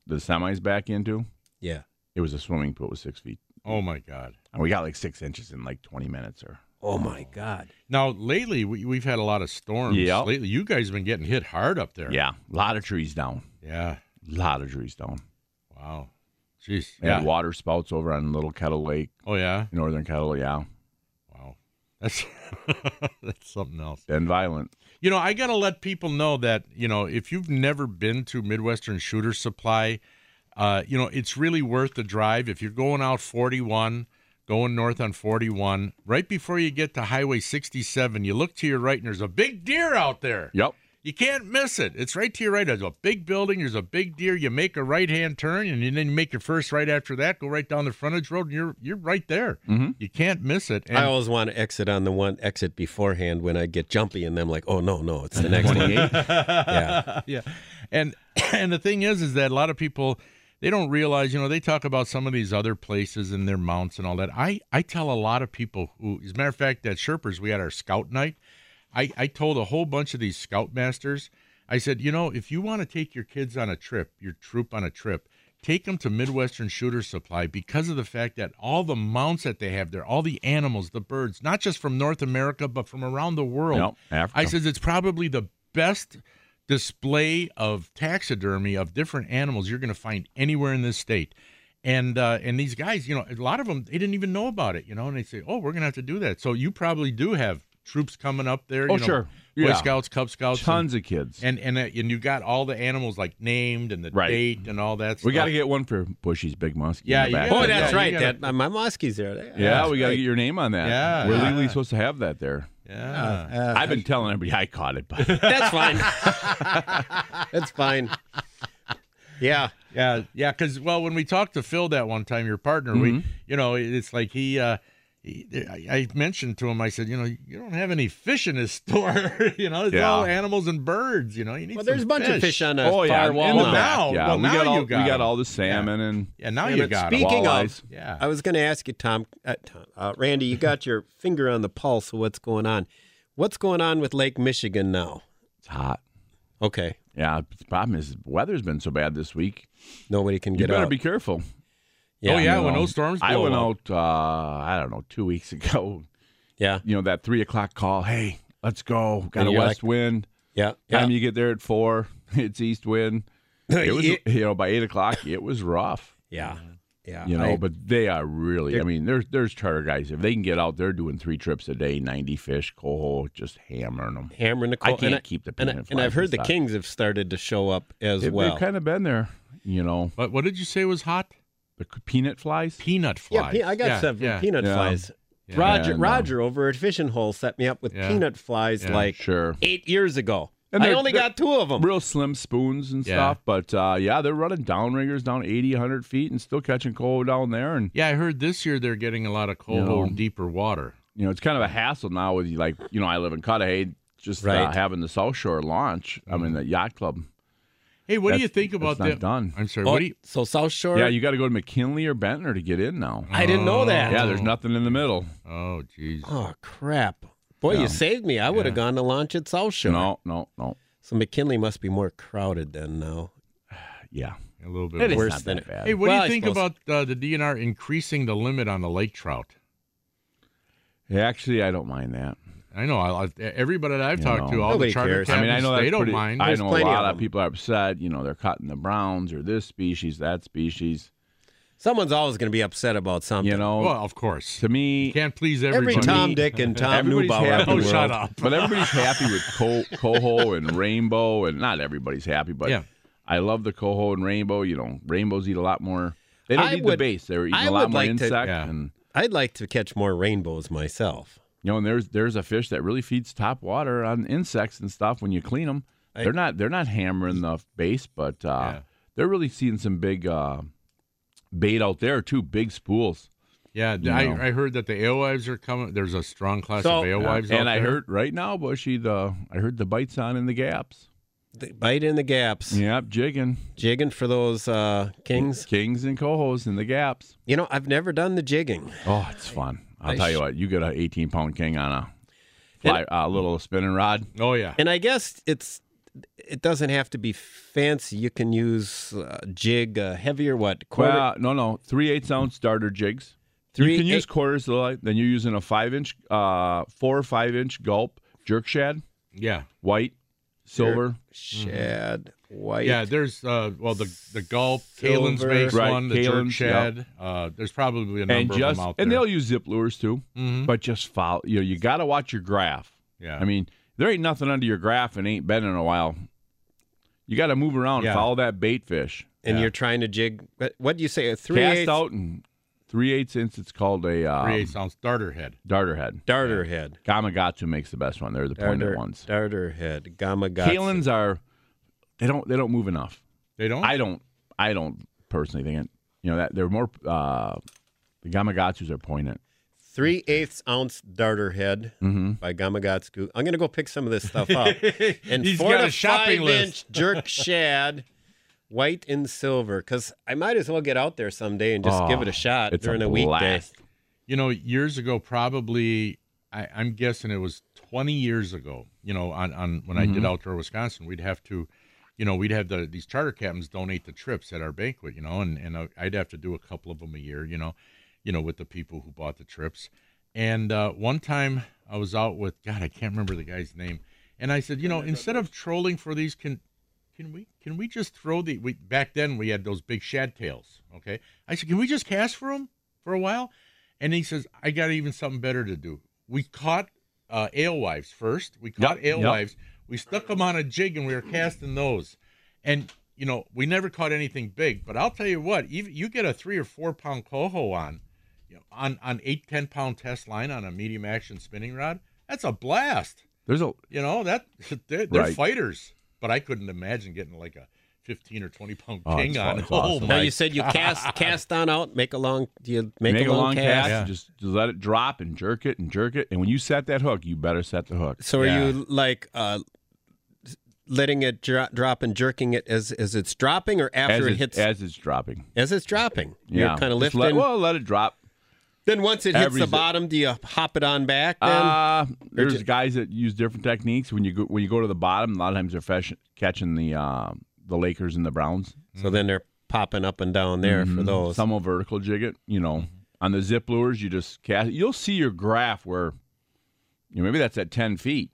the semis back into. Yeah. It was a swimming pool with six feet, Oh my God! and we got like six inches in like 20 minutes or Oh my God. Now lately we, we've had a lot of storms. Yep. Lately, you guys have been getting hit hard up there. Yeah, a lot of trees down. Yeah. A lot of trees down. Wow. Jeez. Yeah. water spouts over on Little Kettle Lake, Oh yeah. Northern Kettle. Yeah, Wow. That's that's something else. been violent. You know, I got to let people know that, you know, if you've never been to Midwestern Shooter Supply, uh, you know, it's really worth the drive. If you're going out 41, going north on 41, right before you get to Highway 67, you look to your right and there's a big deer out there. Yep. You can't miss it. It's right to your right. There's a big building. There's a big deer. You make a right hand turn, and then you make your first right after that. Go right down the frontage road, and you're you're right there. You can't miss it. And I always want to exit on the one exit beforehand when I get jumpy, and then I'm like, oh no, no, it's the next one. yeah, yeah and and the thing is is that a lot of people they don't realize you know they talk about some of these other places and their mounts and all that i i tell a lot of people who as a matter of fact at sherpers we had our scout night i i told a whole bunch of these scout masters i said you know if you want to take your kids on a trip your troop on a trip take them to Midwestern Shooter Supply because of the fact that all the mounts that they have there, all the animals, the birds, not just from North America, but from around the world. Yep, Africa. I says it's probably the best display of taxidermy of different animals you're going to find anywhere in this state. And uh, and these guys, you know, a lot of them they didn't even know about it, you know, and they say, "Oh, we're going to have to do that." So you probably do have troops coming up there. Oh, you know, sure. Boy Yeah. Scouts, Cub Scouts, and- Tons of kids. and and uh, and you got all the animals like named and the Right. date and all that. Stuff. we got to get one for Bushy's Big Musk. uh, Yeah, in you the back. gotta- Oh, that's yeah, right. you gotta- that uh, my Moskie's there. Yeah, That's we got to right. get your name on that. Yeah. We're Yeah. legally supposed to have that there. yeah. I've been telling everybody I caught it, but Uh, That's fine. that's fine. Yeah. Yeah, yeah. Because well, when we talked to Phil that one time, your partner, Mm-hmm. we, you know, it's like he. uh he, I I mentioned to him, I said, you know, you don't have any fish in this store. you know, it's Yeah. all animals and birds. You know, you need. Well, there's a some bunch of fish on a oh yeah, firewall. in the Well, back, now- yeah, well, we now got all you got we got it. all the salmon and Yeah, now Yeah, you but got 'em. Speaking Walleyes. of, Yeah. I was going to ask you, Tom, uh, Tom uh, Randy, you got your finger on the pulse of what's going on. What's going on with Lake Michigan now? it's hot. Okay, Yeah, the problem is the weather's been so bad this week. nobody can You get better out. be careful. yeah, oh yeah, You when know, those storms. I blow went up. out. Uh, I don't know, two weeks ago. yeah, You know that three o'clock call. Hey, let's go. Got And a you're west wind. yeah, yeah. Time you get there at four, it's east wind. It was It- you know by eight o'clock it was rough. yeah, yeah. You know, I- but they are really. I mean, there's there's charter guys if they can get out, they're doing three trips a day, ninety fish, coho, just hammering them. hammering the I coal- can't and keep the and, I- peanut and flies I've heard and the stuff. kings have started to show up as They- well. They've kind of been there, you know. But what did you say was hot? The c- peanut flies. Peanut yeah, flies. pe- I got several yeah. peanut Yeah. flies. Yeah. Roger, Yeah, no. Roger over at Fishing Hole set me up with Yeah. peanut flies Yeah. like Sure. eight years ago. And I they're- only they're- got two of them. Real slim spoons and Yeah. stuff. But uh, yeah, they're running downriggers down 80, 100 feet and still catching coho down there. And, Yeah, I heard this year they're getting a lot of cold No. and deeper water. you know, it's kind of a hassle now with, like, you know, I live in Cudahy, just uh, Right. Mm-hmm. having the South Shore launch. I mean, the yacht club. Hey, what do That's- you think about that? that's not done. I'm sorry. Oh, What do you? so South Shore. Yeah, you got to go to McKinley or Bentner to get in now. I didn't know that. Yeah, there's nothing in the middle. Oh, geez. Oh crap! Boy, Yeah. you saved me. I would have gone to launch at South Shore. No, no, no. So McKinley must be more crowded than now. Yeah. A little bit. It is Worse not than that it- bad. Hey, what Well, do I you think suppose- about uh, the DNR increasing the limit on the lake trout? Actually, I don't mind that. I know. I, I, everybody that I've You talked know. to, all Nobody the charter cares. I mean, I captains, know that's they don't pretty- mind. I There's know a plenty lot of of, them. people are upset. You know, they're cutting the browns or this species, that species. Someone's always going to be upset about something. You know, well, of course. to me, You can't please Every everybody. Tom, Dick, and Tom everybody's Newbauer. happy. in the Oh, world. shut up. but everybody's happy with co- coho and rainbow, and not everybody's happy. But Yeah. I love the coho and rainbow. You know, rainbows eat a lot more. They don't I eat the would- base. They're eating I a lot would more like to- insect, Yeah. and I'd like to catch more rainbows myself. you know, and there's there's a fish that really feeds top water on insects and stuff when you clean them. I- they're not they're not hammering the base, but uh, Yeah. they're really seeing some big uh, bait out there too. Big spools. Yeah, You know. I, I heard that the alewives are coming. There's a strong class So- of Yeah. alewives. out and I there. heard right now, Bushy, the I heard the bites on in the gaps. They bite in the gaps, Yep, jigging jigging for those uh, kings. kings and cohos in the gaps. You know, I've never done the jigging. Oh, it's fun. I'll I tell sh- you what, you get a 18 pound king on a fly, a little spinning rod. Oh yeah. And I guess it's it doesn't have to be fancy. You can use uh, jig uh, heavier, what quarter, Well, no, no, three eighths ounce starter jigs. three. you can use eight- quarters of the light. Then you're using a five inch, uh, four or five inch gulp jerk shad, Yeah. white, silver. mm-hmm. shad white. Yeah. There's uh. Well, the the gulp, Kalen's Silver. makes Right, one. The jerk Kalen's, shad. Uh. There's probably a number And of just them out there. and they'll use zip lures too, Mhm. but just follow. You know, you got to watch your graph. Yeah. I mean, there ain't nothing under your graph and ain't been in a while. You got to move around, Yeah. and follow that bait fish. and Yeah. you're trying to jig. What what do you say? A three Cast eighths out and three eighths inch. It's called a three um, eighths ounce darter head. darter head. darter head. Kamagatsu makes the best one. They're the pointed Darter, ones. darter head. Gamma got Kalins are they don't they don't move enough. They don't. I don't I don't personally think it. You know that they're more uh, the Gamagatsus are pointed. three eighths ounce darter head Mm-hmm. by Gamagatsu. I'm gonna go pick some of this stuff up. and He's four got to a shopping five list. inch jerk shad, white and silver. Because I might as well get out there someday and just give it a shot Oh, it's a during a, weekday. blast. you know, years ago, probably I, I'm guessing it was 20 years ago. You know, on, on when I did outdoor Wisconsin, we'd have to, you know, we'd have the these charter captains donate the trips at our banquet, you know, and and uh, I'd have to do a couple of them a year, you know, you know, with the people who bought the trips. And uh, one time I was out with God, I can't remember the guy's name, and I said, you know, instead of trolling for these, can can we can we just throw the we back then we had those big shad tails, okay? I said, can we just cast for them for a while? And he says, I got even something better to do. We caught uh, alewives first. We caught Yep, yep. alewives. We stuck them on a jig and we were casting those. And, you know, we never caught anything big. But I'll tell you what, even you get a three or four pound coho on, you know, on, on eight, 10 pound test line on a medium action spinning rod, that's a blast. There's a You know, that they're, they're Right. fighters. But I couldn't imagine getting like a 15 or 20 pound Oh, king it's aw- on. it's Oh, awesome. my Now you said you cast cast on out, make a long do you make, make, a long cast, cast. and just, just let it drop and jerk it and jerk it. And when you set that hook, you better set the hook. So are Yeah. you like uh letting it dro- drop and jerking it as as it's dropping or As after it, it- hits as it's dropping. as it's dropping? Yeah, You're kind of Just lifting. Let, well, let it drop. then once it hits every- the bottom, do you hop it on back then? Uh, there's just- guys that use different techniques. When you go, when you go to the bottom, a lot of times they're fashion, catching the um the Lakers and the Browns. so then they're popping up and down there for those. Mm-hmm. Some will vertical jig it. You know, on the zip lures, you just cast. You'll see your graph where, you know, maybe that's at ten feet.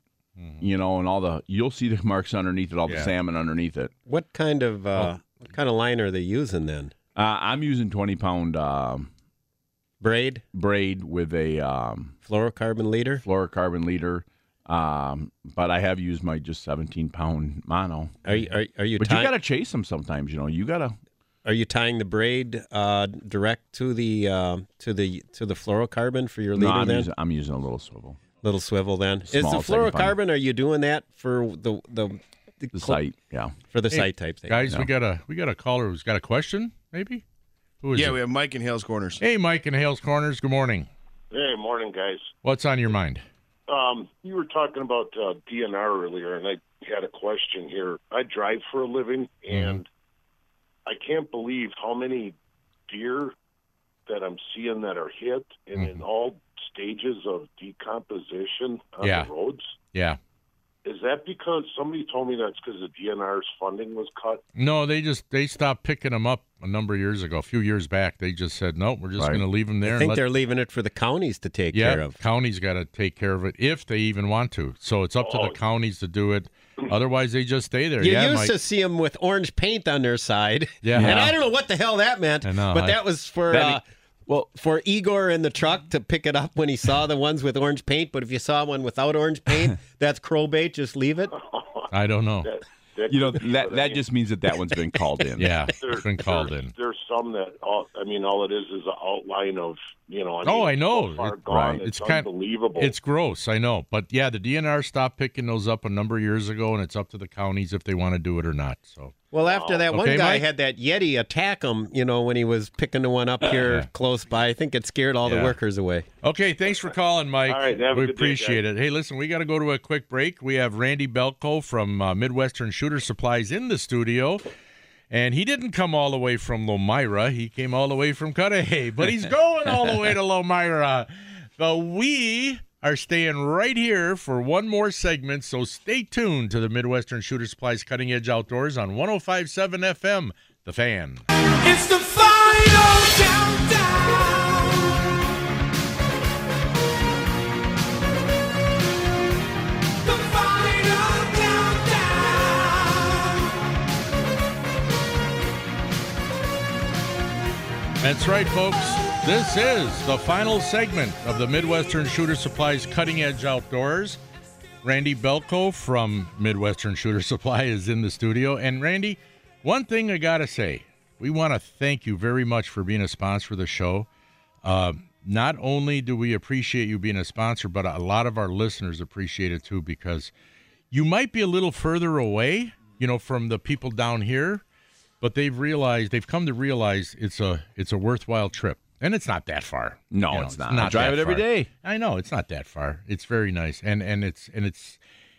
You know, and all the you'll see the marks underneath it, all the Yeah. salmon underneath it. what kind of Oh. uh what kind of line are they using then? Uh, I'm using twenty pound um, Braid, braid with a um, fluorocarbon leader? fluorocarbon leader, um, but I have used my just seventeen pound mono. Are you are, are you but tying you gotta chase them sometimes. You know, you gotta. are you tying the braid uh direct to the uh, to the to the fluorocarbon for your No, leader I'm, then? using, I'm using a little swivel. little swivel Small, then. is it's the like a fun- fluorocarbon? Are you doing that for the the, The cl- sight, yeah. for the Hey, site type thing? Guys, No. we got a we got a caller who's got a question, maybe? Who is Yeah, it? we have Mike in Hales Corners. Hey, Mike in Hales Corners. Good morning. Hey, morning, guys. What's on your mind? Um, you were talking about uh, DNR earlier, and I had a question here. I drive for a living, and I can't believe how many deer that I'm seeing that are hit and in all stages of decomposition on Yeah. the roads. Yeah. Is that because somebody told me that's because the DNR's funding was cut? No, they just they stopped picking them up a number of years ago, a few years back. They just said, nope, we're just Right. going to leave them there. I and think let- they're leaving it for the counties to take yeah, care of. county's got to take care of it if they even want to. So it's up to the Oh. counties to do it. Otherwise, they just stay there. You yeah, used Mike. to see them with orange paint on their side, Yeah. and I don't know what the hell that meant, I know, but I- that was for. That'd Uh, be- well- for Igor in the truck to pick it up when he saw the ones with orange paint, but if you saw one without orange paint, that's crowbait. Just leave it. I don't know. That, that You know could be that what I that mean. just means that that one's been called in. Yeah, There- it's been called there- in. There's some that, all, I mean, all it is is an outline of, you know. I mean, Oh, I know. so far It- gone, right. It's, It's kind- unbelievable. It's gross, I know, but yeah, the DNR stopped picking those up a number of years ago, and it's up to the counties if they want to do it or not. So Well, after that one Okay, guy Mike? had that Yeti attack him, you know, when he was picking the one up here close by, I think it scared all Yeah. the workers away. Okay, thanks for calling, Mike. All right, have a we good day, appreciate it. Hey, listen, we got to go to a quick break. We have Randy Belko from uh, Midwestern Shooter Supplies in the studio, and he didn't come all the way from Lomira. He came all the way from Cudahy, but he's going all the way to Lomira. But we are staying right here for one more segment, so stay tuned to the Midwestern Shooter Supplies Cutting Edge Outdoors on 105.7 FM, The Fan. It's the final countdown. The final countdown. That's right, folks. This is the final segment of the Midwestern Shooter Supplies Cutting Edge Outdoors. Randy Belko from Midwestern Shooter Supply is in the studio. And Randy, one thing I got to say, we want to thank you very much for being a sponsor of the show. Uh, not only do we appreciate you being a sponsor, but a lot of our listeners appreciate it too because you might be a little further away, you know, from the people down here, but they've realized they've come to realize it's a it's a worthwhile trip, and it's not that far. No, You know, it's not. I drive that it every far. day. I know it's not that far. It's very nice, and and it's and it's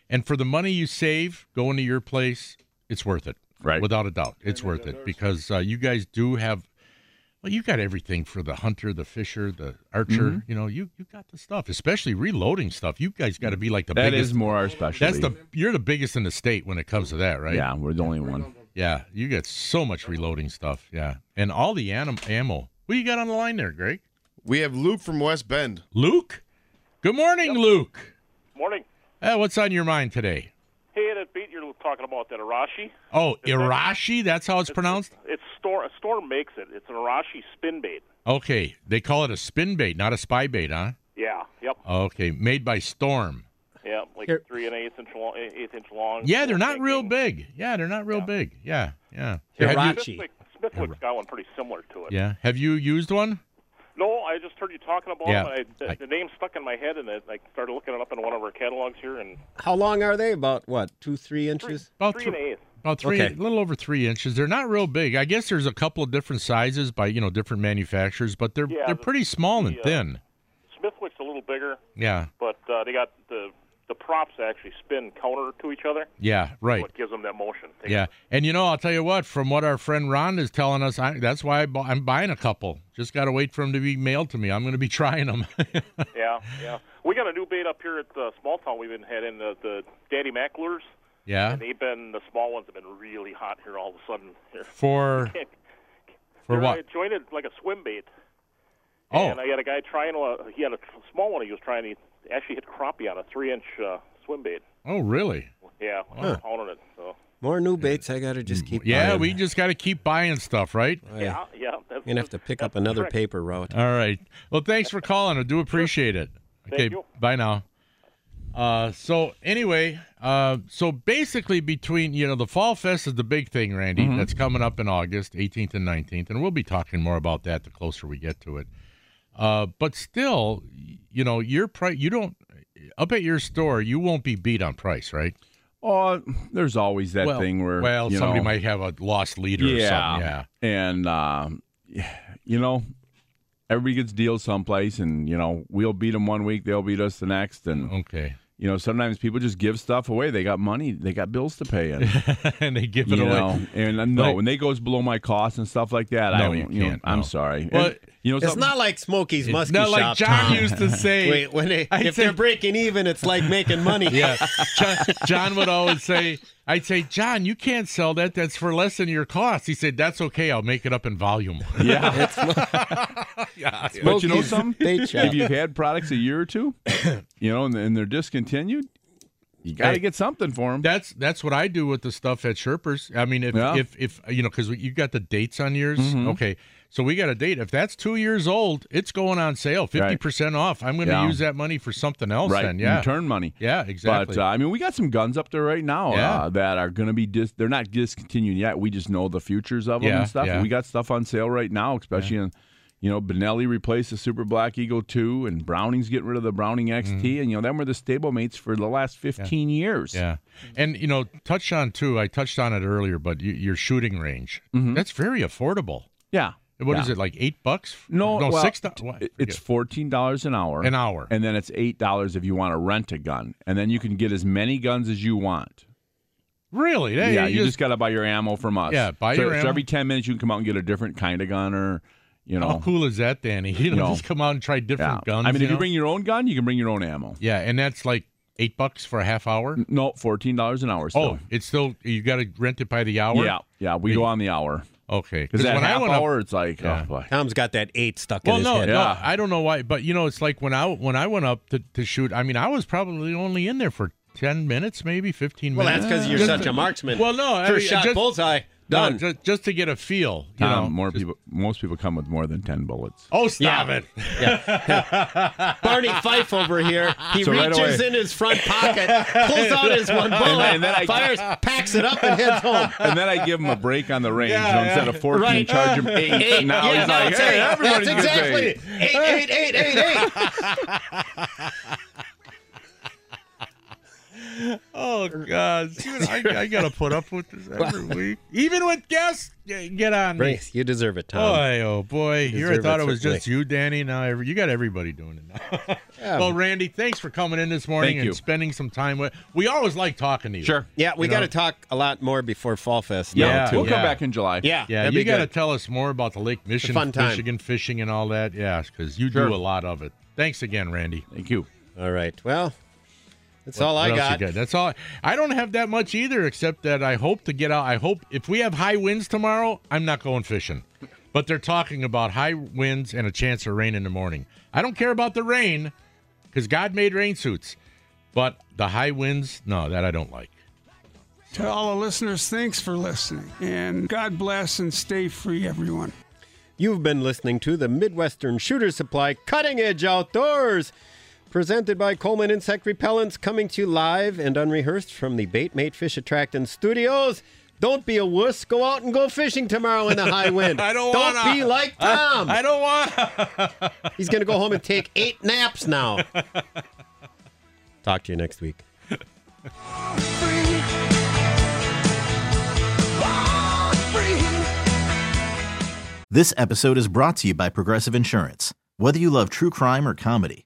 and for the money you save going to your place, it's worth it. Right. without a doubt, it's worth it because uh, you guys do have well, Well, you got everything for the hunter, the fisher, the archer. Mm-hmm. You know, you you got the stuff, especially reloading stuff. You guys got to be like the That is biggest. more our that's specialty. the you're the biggest in the state when it comes to that, right? yeah. We're the only one. yeah. You get so much reloading stuff, yeah, and all the anim- ammo. What you got on the line there, Greg? We have Luke from West Bend. Luke. Good morning, Luke. Morning. Uh, what's on your mind today? Hey, that beat you're talking about that Arashi. Oh, Irashi. That's how it's pronounced. It's storm. Storm makes it. It's an Arashi spin bait. Okay, they call it a spin bait, not a spy bait, huh? Yeah. Yep. Okay, made by Storm. Yeah. Like Here. three and eighth inch long. eh, Eighth inch long. Yeah, they're not real Thinking. big. Yeah, they're not real big. Yeah, yeah. They're Have you- rock- Arashi. Smithwick, Smithwick's got one pretty similar to it. yeah. Have you used one? No, I just heard you talking about Yeah. it. and I, the, the I- name stuck in my head, and it, I started looking it up in one of our catalogs here, and How long are they? About what? Two, three inches? About three thr- and an eighth. About three, Okay. a little over three inches. They're not real big. I guess there's a couple of different sizes by you know different manufacturers, but they're Yeah, they're the- pretty small and the, uh, thin. Smithwick's a little bigger, Yeah, but uh, they got the the props that actually spin counter to each other. yeah, right. What gives them that motion? They- Yeah, and you know I'll tell you what. From what our friend Ron is telling us, I, that's why I bu- I'm buying a couple. Just got to wait for them to be mailed to me. I'm going to be trying them. Yeah, yeah. We got a new bait up here at the small town. We've been had in the, the Daddy Mac lures, yeah, and they've been the small ones have been really hot here all of a sudden. Here, for for They're, what? uh, jointed like a swim bait. Oh, And I had a guy trying. A, he had a tr- small one. He was trying. He actually hit crappie on a three-inch uh, swim bait. oh, really? Yeah, I was pounding it. So More new baits I got to just keep Yeah, buying. we just got to keep buying stuff, right? yeah, yeah. That's, I'm going to have to pick up another paper route. All right. Well, thanks for calling. I do appreciate it. Okay. you. Bye now. Uh, so anyway, uh, so basically between you know the fall fest is the big thing, Randy. Mm-hmm. That's coming up in August, 18th and 19th, and we'll be talking more about that the closer we get to it. Uh, but still, y- you know, your price you don't up at your store you won't be beat on price, right? Oh, there's always that thing where well, you somebody know, might have a lost leader or yeah, something. Yeah. and um, you know, everybody gets deals someplace, and you know we'll beat them one week, they'll beat us the next, and Okay. you know sometimes people just give stuff away. They got money, they got bills to pay, and and they give you it away. know, and uh, no, Like- when they goes below my cost and stuff like that, I No, don't. you know, can't, I'm no. sorry. Well, And, you know, It's something- not like Smokey's Muskie Not like Shop, John Tom. used to say. Wait, when they, I if said- they're breaking even, it's like making money. Yeah, John, John would always say, "I'd say, John, you can't sell that. That's for less than your cost." He said, "That's okay. I'll make it up in volume." Yeah, yeah, but you know Smokey's something. Bait Shop. if you've had products a year or two, you know, and, and they're discontinued, you got to Hey. get something for them. that's that's what I do with the stuff at Sherpers. I mean, if Yeah. Mm-hmm. if, if you know, because you got the dates on yours. Okay, so we got a date. If that's two years old, it's going on sale, fifty percent off. I'm going to Yeah. use that money for something else. right, Then, yeah, return money. yeah, exactly. But uh, I mean, we got some guns up there right now Yeah. uh, that are going to be dis- they're not discontinued yet. We just know the futures of them Yeah, and stuff. yeah. We got stuff on sale right now, especially in you know Benelli replaced the Super Black Eagle two, and Browning's getting rid of the Browning XT, and you know them were the stablemates for the last fifteen years. Mm-hmm. Yeah, and you know, touch on too. I touched on it earlier, but y- your shooting range Mm-hmm. that's very affordable. yeah. What is Yeah. it like? Eight bucks? No, no, well, six. do- what? Forget. it- It's fourteen dollars an hour. An hour. and then it's eight dollars if you want to rent a gun, and then you can get as many guns as you want. really? Yeah, Yeah, you just, got to buy your ammo from us. Yeah, buy so, your so ammo. every ten minutes you can come out and get a different kind of gun, or you know, how cool is that, Danny? You know, No. just come out and try yeah. Oh, different guns. I mean, if you know? bring your own gun, you can bring your own ammo. yeah, and that's like eight bucks for a half hour. No, fourteen dollars an hour. Oh, Still. it's still you got to rent it by the hour. yeah, yeah, we go on the hour okay. because that when I half went up- hour, it's like, Yeah. oh boy. Tom's got that eight stuck well, in his no, head. no, Yeah. I don't know why, but you know, it's like when I when I went up to, to shoot. I mean, I was probably only in there for ten minutes, maybe fifteen Well, minutes. that's because you're Just- such a marksman. Well, no, I first mean, shot just- bullseye no, done. ju- just, to get a feel. You Tom, know, more just- people, most people come with more than ten bullets. Oh, stop Yeah. it! Barney Fife over here. He So right reaches away- in his front pocket, pulls out his one bullet, and then I- fires, packs it up, and heads home. And then I give him a break on the range. so instead of fourteen, Right. charge him eight. Eight. Now yeah, he's no, like, it's hey, eight. everybody's That's gonna exactly say it. eight, eight, eight, eight, eight. Oh God, Dude, I, I gotta put up with this every week, even with guests. Get get on, me. Brace, you deserve it, Tom. boy, oh boy. Here I Deserve thought it, it was certainly. just you, Danny. Now every, you got everybody doing it. Now. Yeah. Well, Randy, thanks for coming in this morning Thank and you. spending some time with. We always like talking to you. Yeah, we You know? got to talk a lot more before Fall Fest. Yeah, now, too. yeah. Yeah, yeah. that'd you be got to good. tell us more about the Lake Michigan, fun time. Michigan fishing and all that. Yeah, because you Sure. do a lot of it. Thanks again, Randy. Thank you. All right. Well, that's all I got. That's all. I don't have that much either, except that I hope to get out. I hope if we have high winds tomorrow, I'm not going fishing. But they're talking about high winds and a chance of rain in the morning. I don't care about the rain because God made rain suits. But the high winds, no, that I don't like. To all the listeners, thanks for listening. And God bless and stay free, everyone. You've been listening to the Midwestern Shooter Supply Cutting Edge Outdoors, presented by Coleman Insect Repellents, coming to you live and unrehearsed from the Baitmate Fish Attractant Studios. Don't be a wuss. Go out and go fishing tomorrow in the high wind. I don't Don't wanna. be like Tom. I- I don't want. He's going to go home and take eight naps now. Talk to you next week. This episode is brought to you by Progressive Insurance. Whether you love true crime or comedy,